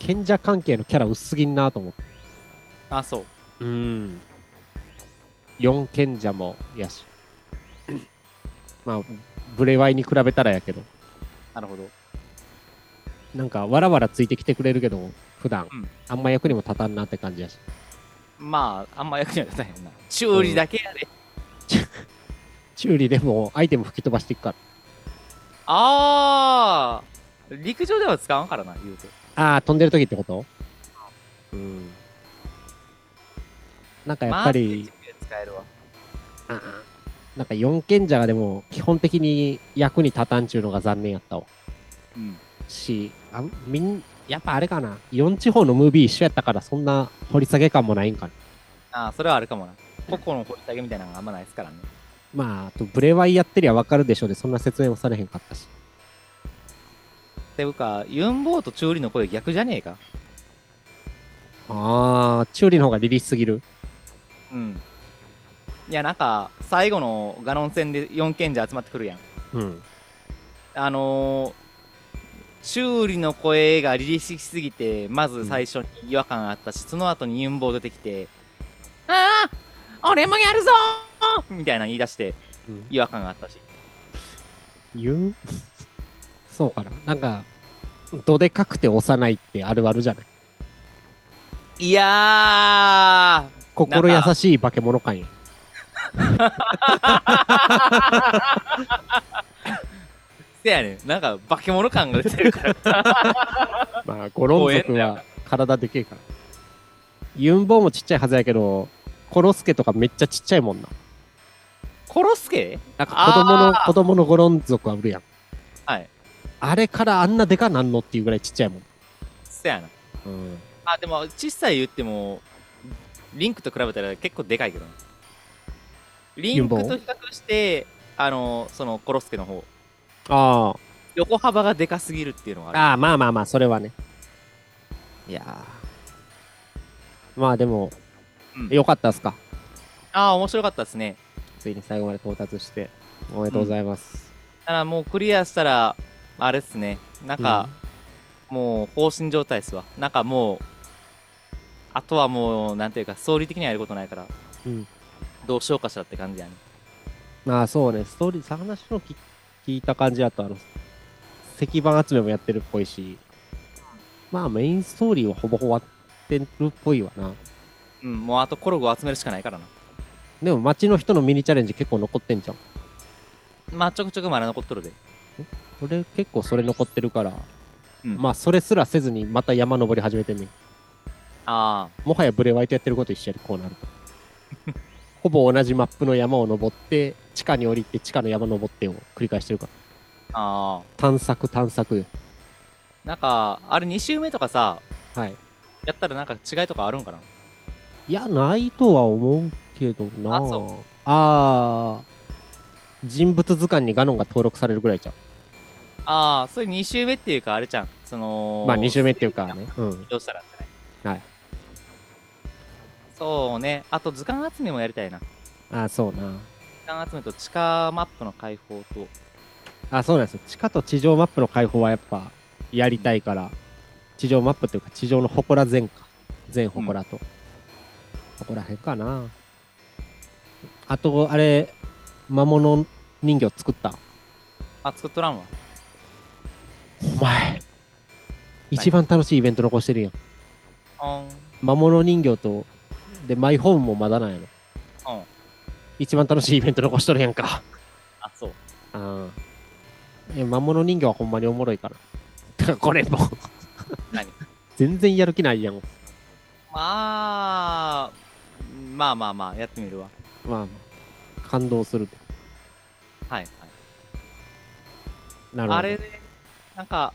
[SPEAKER 1] 賢者関係のキャラ薄すぎんなと思って。
[SPEAKER 2] あ、そ
[SPEAKER 1] う
[SPEAKER 2] う。
[SPEAKER 1] ん。4賢者もやし。まあ、ブレワイに比べたらやけど、
[SPEAKER 2] なるほど。
[SPEAKER 1] なんかわらわらついてきてくれるけど、普段、
[SPEAKER 2] うん
[SPEAKER 1] あんま役にも立たんなって感じやし。
[SPEAKER 2] まあ、あんま役には立たへんな。修理だけやで。
[SPEAKER 1] チューリでもアイテム吹き飛ばしていくから。
[SPEAKER 2] あー、陸上では使わんからな、言うて。
[SPEAKER 1] ああ、飛んでる時ってことうん。なんかやっぱり、
[SPEAKER 2] まあ、使えるわ。
[SPEAKER 1] なんか四賢者がでも基本的に役に立たんちゅうのが残念やったわ
[SPEAKER 2] うん。
[SPEAKER 1] しあみんやっぱあれかな4地方のムービー一緒やったからそんな掘り下げ感もないんかな
[SPEAKER 2] あー、それはあるかもな。個々の掘り下げみたいなのがあんまないですからね。
[SPEAKER 1] まああとブレワイやってりゃわかるでしょうでそんな説明もされへんかったして
[SPEAKER 2] いうか、ユンボーとチューリの声逆じゃねえか。
[SPEAKER 1] ああチューリの方がリリースすぎる
[SPEAKER 2] うん。いや、なんか、最後のガノン戦で4賢者集まってくるやん。
[SPEAKER 1] うん
[SPEAKER 2] あのー、修理の声がリリースしすぎて、まず最初に違和感あったし、その後にユンボ出てき て、ああ俺もやるぞーみたいなの言い出して、違和感があったし。
[SPEAKER 1] 言うそうかななんかどでかくて幼いってあるあるじゃない
[SPEAKER 2] いや
[SPEAKER 1] 心優しい化け物感や
[SPEAKER 2] ー、せやねん。なんか、化け物感が出てる から。
[SPEAKER 1] まあ、ゴロン族は体でけえから。ユンボウもちっちゃいはずやけど、コロスケとかめっちゃちっちゃいもんな。
[SPEAKER 2] コロスケ
[SPEAKER 1] なんか子供の、子供のゴロン族は売るやん。
[SPEAKER 2] はい。
[SPEAKER 1] あれからあんなでかなんのっていうぐらいちっちゃいもん。
[SPEAKER 2] せやな。
[SPEAKER 1] うん。
[SPEAKER 2] あ、でも、小さい言っても、リンクと比べたら結構でかいけどなリンクと比較して、あのー、その、コロスケの方。
[SPEAKER 1] あ
[SPEAKER 2] 横幅がでかすぎるっていうのがある
[SPEAKER 1] ああ、まあまあまあ、それはね。
[SPEAKER 2] いや
[SPEAKER 1] まあでも、
[SPEAKER 2] うん
[SPEAKER 1] よかったっすか。
[SPEAKER 2] ああ面白かったですね
[SPEAKER 1] ついに最後まで到達して、おめでとうございます。
[SPEAKER 2] だからもうクリアしたらあれっすねなんか、もう放心状態っすわなんかもうあとはもうなんていうか総理的にはやることないから
[SPEAKER 1] うん。
[SPEAKER 2] どうしようかしらって感じやね
[SPEAKER 1] まあそうね、ストーリー、話のき聞いた感じだと、あの、石板集めもやってるっぽいし、まあメインストーリーはほぼほぼ終わってるっぽいわな。
[SPEAKER 2] うんもうあとコログを集めるしかないからな
[SPEAKER 1] でも街の人のミニチャレンジ結構残ってんじゃん。
[SPEAKER 2] まあちょくちょくまだ残っとるで
[SPEAKER 1] 俺結構それ残ってるから、
[SPEAKER 2] うん
[SPEAKER 1] まあそれすらせずにまた山登り始めてんねん
[SPEAKER 2] あ
[SPEAKER 1] もはやブレワイとやってること一緒やでこうなる と。ほぼ同じマップの山を登って、地下に降りて地下の山登ってを繰り返してるから。
[SPEAKER 2] ああ
[SPEAKER 1] 探索探索よ。
[SPEAKER 2] あなんかあれ2周目とかさ
[SPEAKER 1] はい。
[SPEAKER 2] やったらなんか違いとかあるんかない
[SPEAKER 1] や、ないとは思うけどな
[SPEAKER 2] あそ
[SPEAKER 1] ああ人物図鑑にガノンが登録されるぐらいじゃん。
[SPEAKER 2] ああそれ2周目っていうかあれじゃんその
[SPEAKER 1] まあ、2周目っていうかね。うん。
[SPEAKER 2] どうしたらじゃない
[SPEAKER 1] はい
[SPEAKER 2] そうねあと図鑑集めもやりたいな図
[SPEAKER 1] ああ、そうな。
[SPEAKER 2] 鑑集めと地下マップの開放と
[SPEAKER 1] あ、そうなんですよ。地下と地上マップの開放はやっぱやりたいから、地上マップっていうか地上の祠全か。全祠と。そこら辺かな。あと、あれ、魔物人形作った。
[SPEAKER 2] あ作っとらんわ
[SPEAKER 1] お前、一番楽しいイベント残してるやん。
[SPEAKER 2] あん
[SPEAKER 1] 魔物人形と、で、マイホームもまだなんやろ。
[SPEAKER 2] うん
[SPEAKER 1] 一番楽しいイベント残しとるやんか。
[SPEAKER 2] あそう
[SPEAKER 1] ああ。え、魔物人形はほんまにおもろいから。だから これも
[SPEAKER 2] 何
[SPEAKER 1] 全然やる気ないやん。
[SPEAKER 2] まあまあまあまあやってみるわ
[SPEAKER 1] まあ、感動する。
[SPEAKER 2] はい、
[SPEAKER 1] なるほど
[SPEAKER 2] あれで、なんか、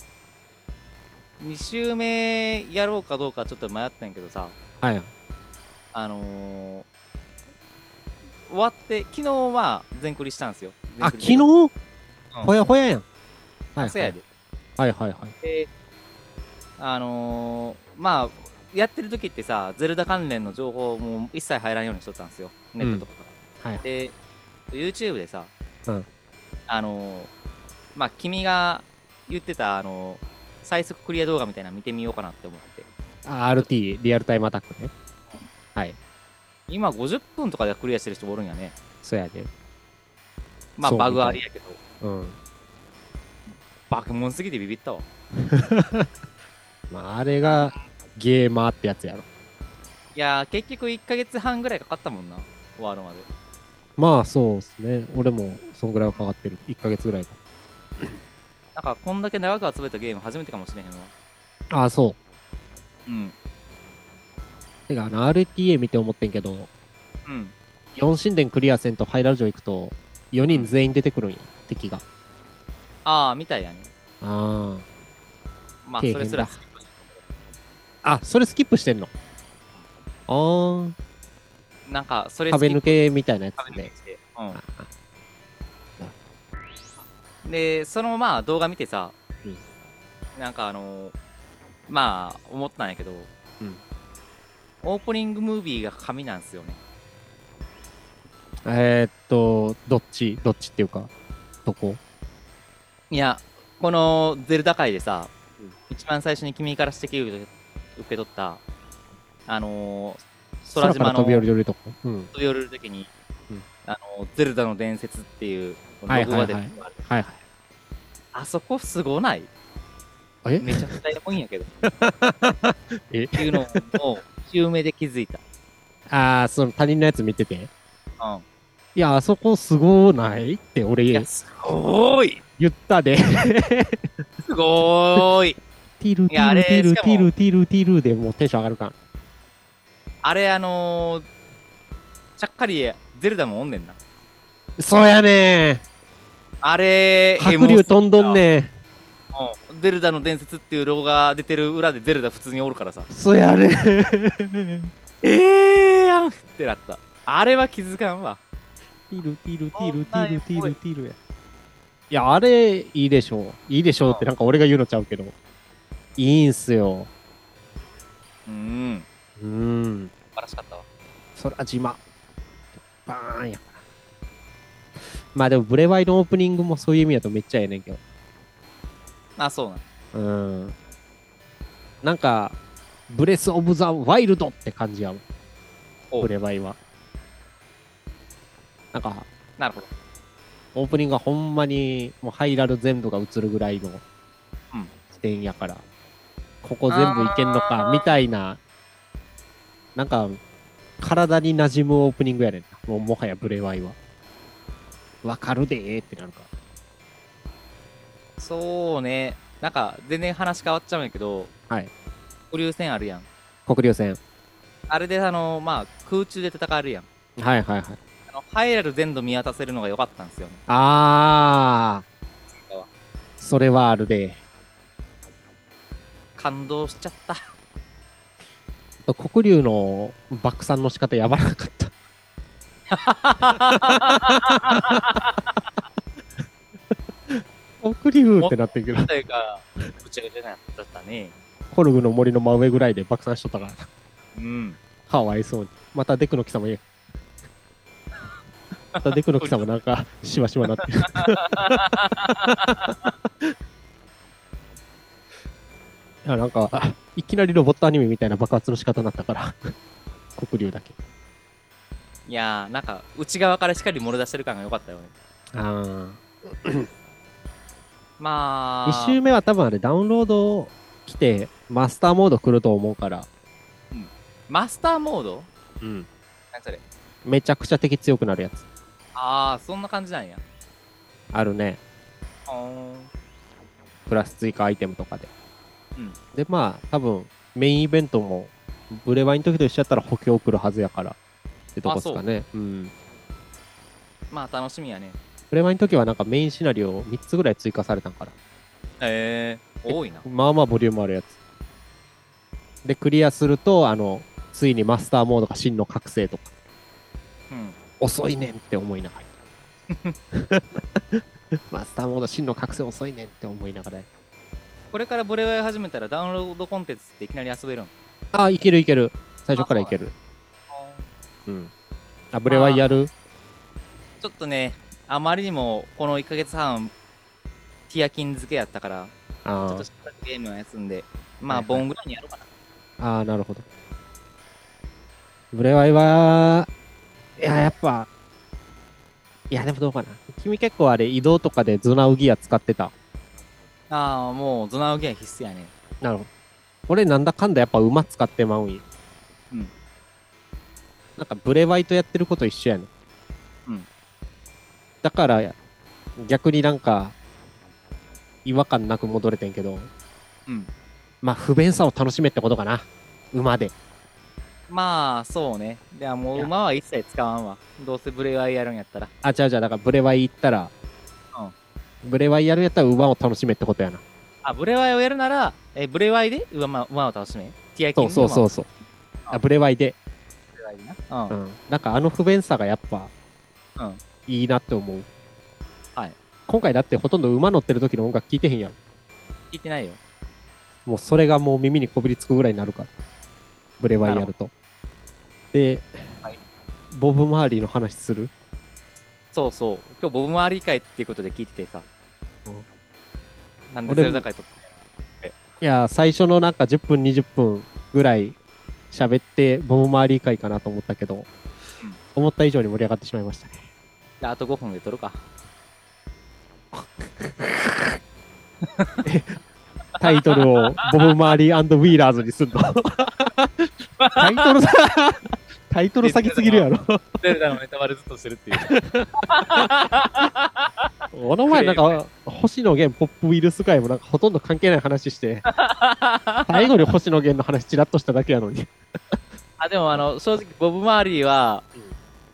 [SPEAKER 2] 2周目やろうかどうかちょっと迷ったんやけどさ、
[SPEAKER 1] はい
[SPEAKER 2] あのー、終わって、昨日は全クリしたんですよ。
[SPEAKER 1] あ昨日、
[SPEAKER 2] 全クリ
[SPEAKER 1] ほやほややんはい
[SPEAKER 2] せ
[SPEAKER 1] は
[SPEAKER 2] や
[SPEAKER 1] い
[SPEAKER 2] で。
[SPEAKER 1] はいはいはい
[SPEAKER 2] であのー、まあ、やってる時ってさ、ゼルダ関連の情報も一切入らんようにしとったんですよ。ネットとかから。
[SPEAKER 1] はい
[SPEAKER 2] で、YouTube でさ、
[SPEAKER 1] うん
[SPEAKER 2] あのー、まあ、君が言ってた、あのー、最速クリア動画みたいなの見てみようかなって思って。
[SPEAKER 1] あ RT リアルタイムアタックねはい
[SPEAKER 2] 今50分とかでクリアしてる人おるんやね。
[SPEAKER 1] そやで
[SPEAKER 2] まあ、
[SPEAKER 1] そう
[SPEAKER 2] バグありやけど、
[SPEAKER 1] うん
[SPEAKER 2] バグモンすぎてビビったわ。
[SPEAKER 1] まああれがゲーマーってやつやろ
[SPEAKER 2] いやー、結局1ヶ月半ぐらいかかったもんな、終わるまで。
[SPEAKER 1] まあそうですね俺もそんぐらいはかかってる1ヶ月ぐらいか
[SPEAKER 2] なんか、こんだけ長く集めたゲーム初めてかもしれへんわ。
[SPEAKER 1] ああそう
[SPEAKER 2] うん。
[SPEAKER 1] てかあの RTA 見て思ってんけど
[SPEAKER 2] うん。
[SPEAKER 1] 4神殿クリアせんとハイラル城行くと4人全員出てくるんや敵が
[SPEAKER 2] ああ、みたいやね。
[SPEAKER 1] あ
[SPEAKER 2] ま
[SPEAKER 1] 底
[SPEAKER 2] あ、それ
[SPEAKER 1] 辺
[SPEAKER 2] す
[SPEAKER 1] だ
[SPEAKER 2] ら好きかもしれ
[SPEAKER 1] ああそれスキップしてんのあ
[SPEAKER 2] んなんか、それ
[SPEAKER 1] あ壁抜
[SPEAKER 2] き
[SPEAKER 1] けみたいなやつ
[SPEAKER 2] 壁抜
[SPEAKER 1] で
[SPEAKER 2] きして。うん。
[SPEAKER 1] ああ
[SPEAKER 2] でそのまあ動画見てさ、
[SPEAKER 1] うん
[SPEAKER 2] なんかあのーまあ思ったんやけど、
[SPEAKER 1] ん
[SPEAKER 2] オープニングムービーが神なんすよね
[SPEAKER 1] えー、っとどっちどっちっていうかどこ
[SPEAKER 2] いやこの「ゼルダ界」でさ、
[SPEAKER 1] うん
[SPEAKER 2] 一番最初に君から指摘を受け取ったあのー空島
[SPEAKER 1] から
[SPEAKER 2] の
[SPEAKER 1] 飛び降
[SPEAKER 2] 飛
[SPEAKER 1] りるとこうん
[SPEAKER 2] び降りる時に、
[SPEAKER 1] うん
[SPEAKER 2] あのーゼルダの伝説」っていうロ
[SPEAKER 1] はい
[SPEAKER 2] ゴ
[SPEAKER 1] はいは
[SPEAKER 2] が
[SPEAKER 1] い
[SPEAKER 2] 出てくるあれ
[SPEAKER 1] はいは
[SPEAKER 2] あそこすごない
[SPEAKER 1] いえ
[SPEAKER 2] めちゃくちゃエモいんやけど
[SPEAKER 1] え
[SPEAKER 2] っていうのを周目で気づいた
[SPEAKER 1] ああその他人のやつ見てて
[SPEAKER 2] うん
[SPEAKER 1] いやあそこすごないって俺
[SPEAKER 2] いや、すごーい
[SPEAKER 1] 言ったで
[SPEAKER 2] すごーい
[SPEAKER 1] ティル
[SPEAKER 2] い
[SPEAKER 1] テ
[SPEAKER 2] やあ
[SPEAKER 1] ィ
[SPEAKER 2] れ
[SPEAKER 1] ルティル
[SPEAKER 2] し
[SPEAKER 1] テ
[SPEAKER 2] かも
[SPEAKER 1] ィルティルティルでもうテンション上がるか
[SPEAKER 2] あれ、あのー、ちゃっかりゼルダもおんねんな。
[SPEAKER 1] らそうやね
[SPEAKER 2] あれ、
[SPEAKER 1] ー白竜飛んどんね
[SPEAKER 2] え。もうゼルダの伝説っていうロゴが出てる裏でゼルダ普通におるからさ。
[SPEAKER 1] ーそうやねー
[SPEAKER 2] ええやんってなった。あれは気づかんわ。
[SPEAKER 1] ティルティルティルティルティルティルや。いや、あれ、いいでしょう。いいでしょうって、なんか俺が言うのちゃうけど。いいんすよ。
[SPEAKER 2] うーん。
[SPEAKER 1] うーん。
[SPEAKER 2] 素晴らしかったわ。
[SPEAKER 1] そら島。バーンやから。まあでも、ブレワイのオープニングもそういう意味だとめっちゃええねんけど。
[SPEAKER 2] あ、そうなん。
[SPEAKER 1] うん。なんか、ブレス・オブ・ザ・ワイルドって感じやもん。
[SPEAKER 2] お
[SPEAKER 1] ブレワイは。なんか、
[SPEAKER 2] なるほど。
[SPEAKER 1] オープニングがほんまにもうハイラル全部が映るぐらいの
[SPEAKER 2] うん
[SPEAKER 1] 視点やから、ここ全部いけんのか
[SPEAKER 2] あー
[SPEAKER 1] みたいな、なんか体に馴染むオープニングやねんな。もうもはやブレワイは。わかるでーってなるか
[SPEAKER 2] そうね。なんか、全然話変わっちゃうんやけど、
[SPEAKER 1] はい。
[SPEAKER 2] 保留戦あるやん。
[SPEAKER 1] ら。黒竜戦。
[SPEAKER 2] あれで、あのー、まあ、空中で戦えるやん。
[SPEAKER 1] はいはいはい。
[SPEAKER 2] あの、ハイラル全土見渡せるのが良かったんですよね。
[SPEAKER 1] あ
[SPEAKER 2] う
[SPEAKER 1] ー
[SPEAKER 2] わ。
[SPEAKER 1] それはあるで。
[SPEAKER 2] 感動しちゃった。
[SPEAKER 1] 黒竜の爆散の仕方やばなかった。黒竜ってなってるけど。
[SPEAKER 2] というか、ぐちゃぐちゃになっちゃったね。
[SPEAKER 1] コルグの森の真上ぐらいで爆散しとったから、
[SPEAKER 2] うん。
[SPEAKER 1] かわいそうに。またデクの貴様言え。またデクの貴様なんか、しばしばなってる。いやなんか、いきなりロボットアニメみたいな爆発の仕方になったから、黒竜だけ。
[SPEAKER 2] いやー、なんか、内側からしっかり漏れ出してる感が良かったよね。
[SPEAKER 1] あ
[SPEAKER 2] まあ、
[SPEAKER 1] 2周目は多分あれ、ダウンロード来て、マスターモード来ると思うから、
[SPEAKER 2] マスターモード何それ
[SPEAKER 1] めちゃくちゃ敵強くなるやつ。
[SPEAKER 2] あー、そんな感じなんや。
[SPEAKER 1] あるね。
[SPEAKER 2] ほーん。
[SPEAKER 1] プラス追加アイテムとかで。
[SPEAKER 2] うん
[SPEAKER 1] で、まあ、多分メインイベントも、ブレワイの時と一緒やったら補強来るはずやから、ってとこですかね。うん。
[SPEAKER 2] まあ、楽しみやね。
[SPEAKER 1] プレマイの時はなんかメインシナリオ3つぐらい追加されたんかな。
[SPEAKER 2] えー、多いな。
[SPEAKER 1] まあまあボリュームあるやつ。で、クリアすると、あの、ついにマスターモードが真の覚醒とか、
[SPEAKER 2] うん。
[SPEAKER 1] 遅いねんって思いなが ら。マスターモード真の覚醒遅いねんって思いながら。
[SPEAKER 2] これからブレワイ始めたらダウンロードコンテンツっていきなり遊べるの
[SPEAKER 1] ああ、いけるいける。最初からいける。うん。あ、ブレワイやる
[SPEAKER 2] ちょっとね、あまりにもこの1ヶ月半、ティアキン漬けやったから、ちょっ
[SPEAKER 1] あ
[SPEAKER 2] としばらくゲームは休んで、まあ、
[SPEAKER 1] はいはい
[SPEAKER 2] 盆ぐらいにやろうかな。
[SPEAKER 1] あああ、なるほど。ブレワイは、いや、やっぱ、いや、でもどうかな。君結構あれ、移動とかでズナウギア使ってた。
[SPEAKER 2] ああ、もう、ゾナウギア必須やね。
[SPEAKER 1] なるほど。俺なんだかんだやっぱ馬使ってまうんや。
[SPEAKER 2] うん。
[SPEAKER 1] なんかブレワイとやってること一緒やね
[SPEAKER 2] うん。
[SPEAKER 1] だから、逆になんか、違和感なく戻れてんけど、
[SPEAKER 2] うん。
[SPEAKER 1] まあ不便さを楽しめってことかな。馬で。
[SPEAKER 2] まあ、そうね。ではも、
[SPEAKER 1] いうや
[SPEAKER 2] 馬は一切使わんわ。どうせブレワイやるんやったら。
[SPEAKER 1] あ、違う違う、だからブレワイ行ったら、ブレワイやるんやったら馬を楽しめってことやな。
[SPEAKER 2] あ、ブレワイをやるなら、えブレワイで馬ま馬を楽しめ。ティアキン
[SPEAKER 1] そう
[SPEAKER 2] の
[SPEAKER 1] そうそう
[SPEAKER 2] 馬を
[SPEAKER 1] そう。あ、ブレワイで。
[SPEAKER 2] ブレワイでな。うん。
[SPEAKER 1] うん。なんかあの不便さがやっぱ、
[SPEAKER 2] うん
[SPEAKER 1] いいなって思う。
[SPEAKER 2] はい。
[SPEAKER 1] 今回だってほとんど馬乗ってる時の音楽聴いてへんやん。
[SPEAKER 2] 聞いてないよ。
[SPEAKER 1] もうそれがもう耳にこびりつくぐらいになるから。ブレワイやると。で、
[SPEAKER 2] はい
[SPEAKER 1] ボブ・マーリーの話する
[SPEAKER 2] そうそう。今日、ボブ周り会っていうことで聞いててさ
[SPEAKER 1] うん。
[SPEAKER 2] なんでゼロ高いと。
[SPEAKER 1] いやー、最初のなんか10分、20分ぐらい喋って、ボブ・マーリー会かなと思ったけど、思った以上に盛り上がってしまいましたね。
[SPEAKER 2] じゃあ、あと5分で撮るか。
[SPEAKER 1] タイトルをボブ・マーリーウィーラーズにすんの。タイト ルさ、タイトル先すぎるやろ。
[SPEAKER 2] ゼルダのネタバレずっとしてるっていう。
[SPEAKER 1] この前なんか、星野源ポップウイルス界もなんかほとんど関係ない話して、最後に星野源の話ちらっとしただけやのに。
[SPEAKER 2] あ、でも、あの、正直、ボブ周りは
[SPEAKER 1] うん、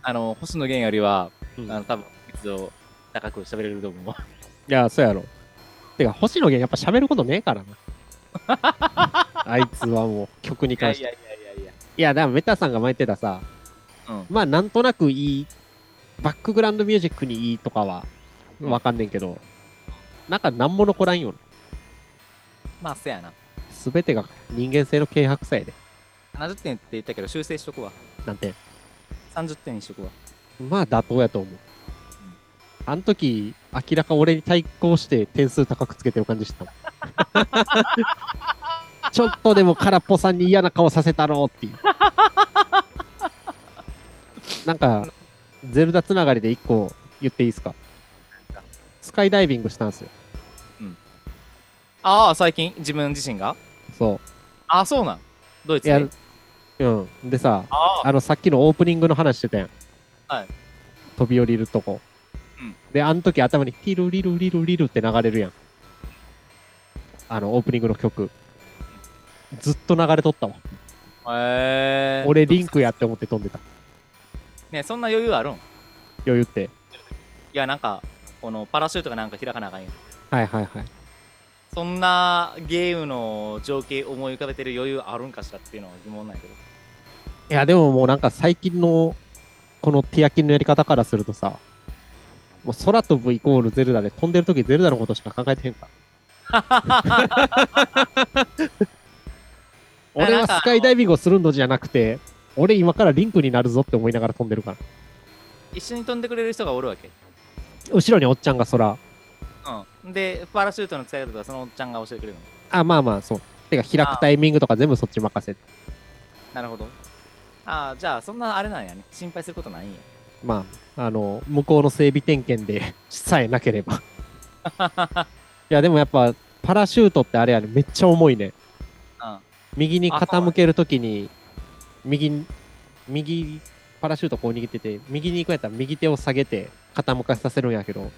[SPEAKER 2] あの、星野源よりは、
[SPEAKER 1] うん
[SPEAKER 2] あの、多分、一度、高く喋れると思う。
[SPEAKER 1] いや、そうやろ。てか、星野源やっぱ喋ることねえ からな。あいつはもう曲に
[SPEAKER 2] いや
[SPEAKER 1] 関して。
[SPEAKER 2] い
[SPEAKER 1] いや
[SPEAKER 2] やいやいやいや。
[SPEAKER 1] でもメタさんが前言ってたさ、
[SPEAKER 2] うん
[SPEAKER 1] まあなんとなくいい、バックグラウンドミュージックにいいとかは
[SPEAKER 2] うん
[SPEAKER 1] わかんねんけど、なんかなんも残らんよな。
[SPEAKER 2] まあ、せやな。
[SPEAKER 1] すべてが人間性の軽薄さやで。
[SPEAKER 2] 70点って言ったけど、修正しとくわ。
[SPEAKER 1] なんて。
[SPEAKER 2] 30点にしとくわ。
[SPEAKER 1] まあ妥当やと思う。あの時、明らか俺に対抗して点数高くつけてる感じ したもん。ちょっとでも空っぽさんに嫌な顔させたろうっていう。なんか、ゼルダつながりで一個言っていいですかスカイダイビングしたんですよ。
[SPEAKER 2] ああ、最近、自分自身が
[SPEAKER 1] そ
[SPEAKER 2] ああ、そうなん。ドイ
[SPEAKER 1] う。
[SPEAKER 2] ツ
[SPEAKER 1] いや、
[SPEAKER 2] で。
[SPEAKER 1] うん。でさ、
[SPEAKER 2] ああ、
[SPEAKER 1] あの、さっきのオープニングの話してたやん。
[SPEAKER 2] はい。
[SPEAKER 1] 飛び降りるとこ。
[SPEAKER 2] うん
[SPEAKER 1] で、あの時頭に、ティルリルリルリルって流れるやん。あの、オープニングの曲。ずっと流れとったわ。
[SPEAKER 2] へえ。
[SPEAKER 1] 俺、リンクやって思って飛んでた。
[SPEAKER 2] ね、そんな余裕あるんい
[SPEAKER 1] 余裕って。
[SPEAKER 2] や、なんか、この、パラシュートがなんか開かなあかんやん。
[SPEAKER 1] はいはいはい。
[SPEAKER 2] そんなゲームの情景思い浮かべてる余裕あるんかしらっていうのは疑問なんやけど。
[SPEAKER 1] いや、でももうなんか最近の、このティアキンのやり方からするとさ、もう空飛ぶイコールゼルダで飛んでる時ゼルダのことしか考えてへんから。俺はスカイダイビングをするのじゃなくて、俺今からリンクになるぞって思いながら飛んでるから。
[SPEAKER 2] 一緒に飛んでくれる人がおるわけ。
[SPEAKER 1] 後ろにおっちゃんが空。
[SPEAKER 2] うん。で、パラシュートの使い方とか、そのおっちゃんが教えてくれるの。
[SPEAKER 1] あ、まあまあ、そう。てか開くタイミングとか全部そっち任せて。
[SPEAKER 2] なるほど。ああ、じゃあ、そんなあれなんやね。心配することないんや。
[SPEAKER 1] まあ、あの、向こうの整備点検で さえなければ。いや、でもやっぱ、パラシュートってあれやね、めっちゃ重いね。
[SPEAKER 2] うん。
[SPEAKER 1] 右に傾けるときに、右に、右、パラシュートこう握ってて、右に行くんやったら右手を下げて傾かさせるんやけど、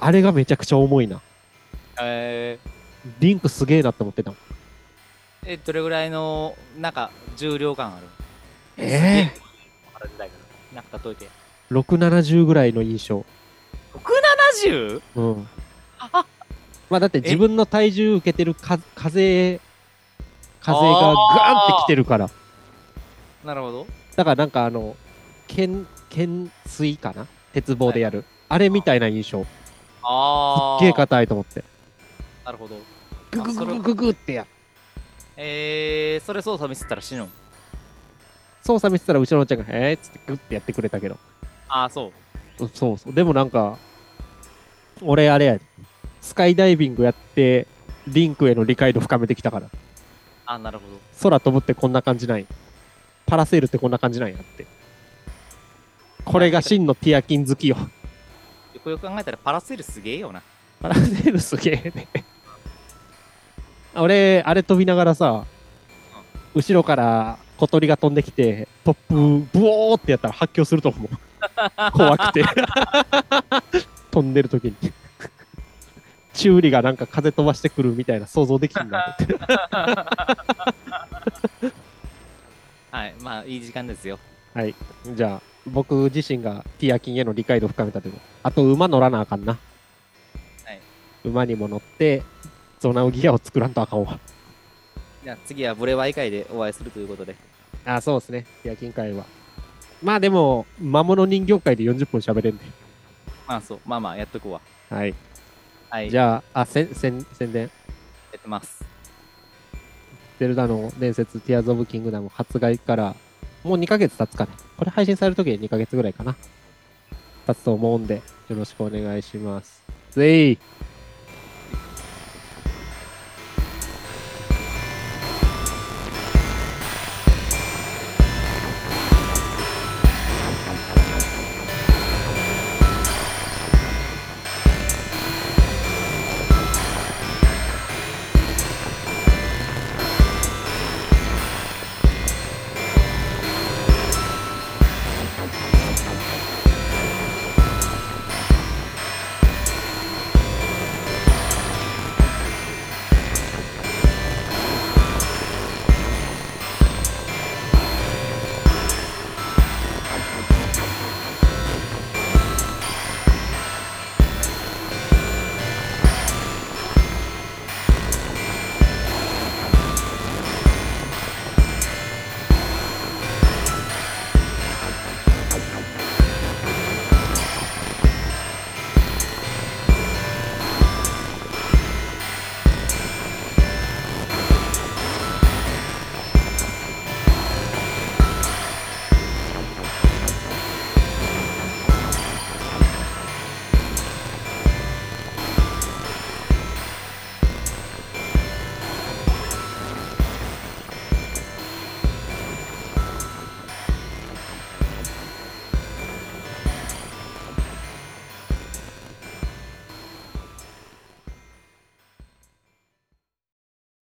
[SPEAKER 1] あれがめちゃくちゃ重いな。
[SPEAKER 2] え
[SPEAKER 1] リンクすげえなって思ってたもん。
[SPEAKER 2] ー、え、どれぐらいの、なんか、重量感ある
[SPEAKER 1] え
[SPEAKER 2] え。わからん時代からなんか例えて。
[SPEAKER 1] 670ぐらいの印象。
[SPEAKER 2] 6、 70?
[SPEAKER 1] うん、
[SPEAKER 2] あ
[SPEAKER 1] まあだって自分の体重受けてるか風風がガンってきてるから
[SPEAKER 2] なるほど。
[SPEAKER 1] だからなんかあの剣剣水かな鉄棒でやる、あれみたいな印象す
[SPEAKER 2] あ
[SPEAKER 1] っ
[SPEAKER 2] あ。
[SPEAKER 1] げえ硬いと思って
[SPEAKER 2] なるほど。
[SPEAKER 1] ググググググってやる
[SPEAKER 2] えー、それ操作ミスったら死ぬん。
[SPEAKER 1] 操作見てたら後ろのおっちゃんが「えーっ?」つってグッてやってくれたけど
[SPEAKER 2] ああ、そう。
[SPEAKER 1] うんそうそうでもなんか俺あれやスカイダイビングやってリンクへの理解度深めてきたから
[SPEAKER 2] あなるほど。
[SPEAKER 1] 空飛ぶってこんな感じなんやパラセールってこんな感じなんやってこれが真のティアキン好きよ
[SPEAKER 2] よくよく考えたらパラセールすげえよな。
[SPEAKER 1] パラセールすげえね俺あれ飛びながらさ後ろから小鳥が飛んできてトップブオーってやったら発狂すると思う 怖くて飛んでる時にチューリがなんか風飛ばしてくるみたいな想像できんな
[SPEAKER 2] はい、まあいい時間ですよ。
[SPEAKER 1] じゃあ僕自身がティアキンへの理解度を深めたというあと馬乗らなあかんな、
[SPEAKER 2] はい
[SPEAKER 1] 馬にも乗ってゾナウギアを作らんとあかんわ
[SPEAKER 2] じゃあ次はブレワイ会でお会いするということで。
[SPEAKER 1] あ、そうですね。夜勤会は。まあでも、魔物人形会で40分喋れんで。
[SPEAKER 2] まあそう、まあまあやっとくわ。
[SPEAKER 1] はい。
[SPEAKER 2] はい、
[SPEAKER 1] じゃあ、あ、せんせん宣伝。
[SPEAKER 2] やってます。
[SPEAKER 1] ゼルダの伝説、ティアーズ・オブ・キングダム発売から、もう2ヶ月経つかね。これ配信されるときは2ヶ月ぐらいかな。経つと思うんで、よろしくお願いします。ぜい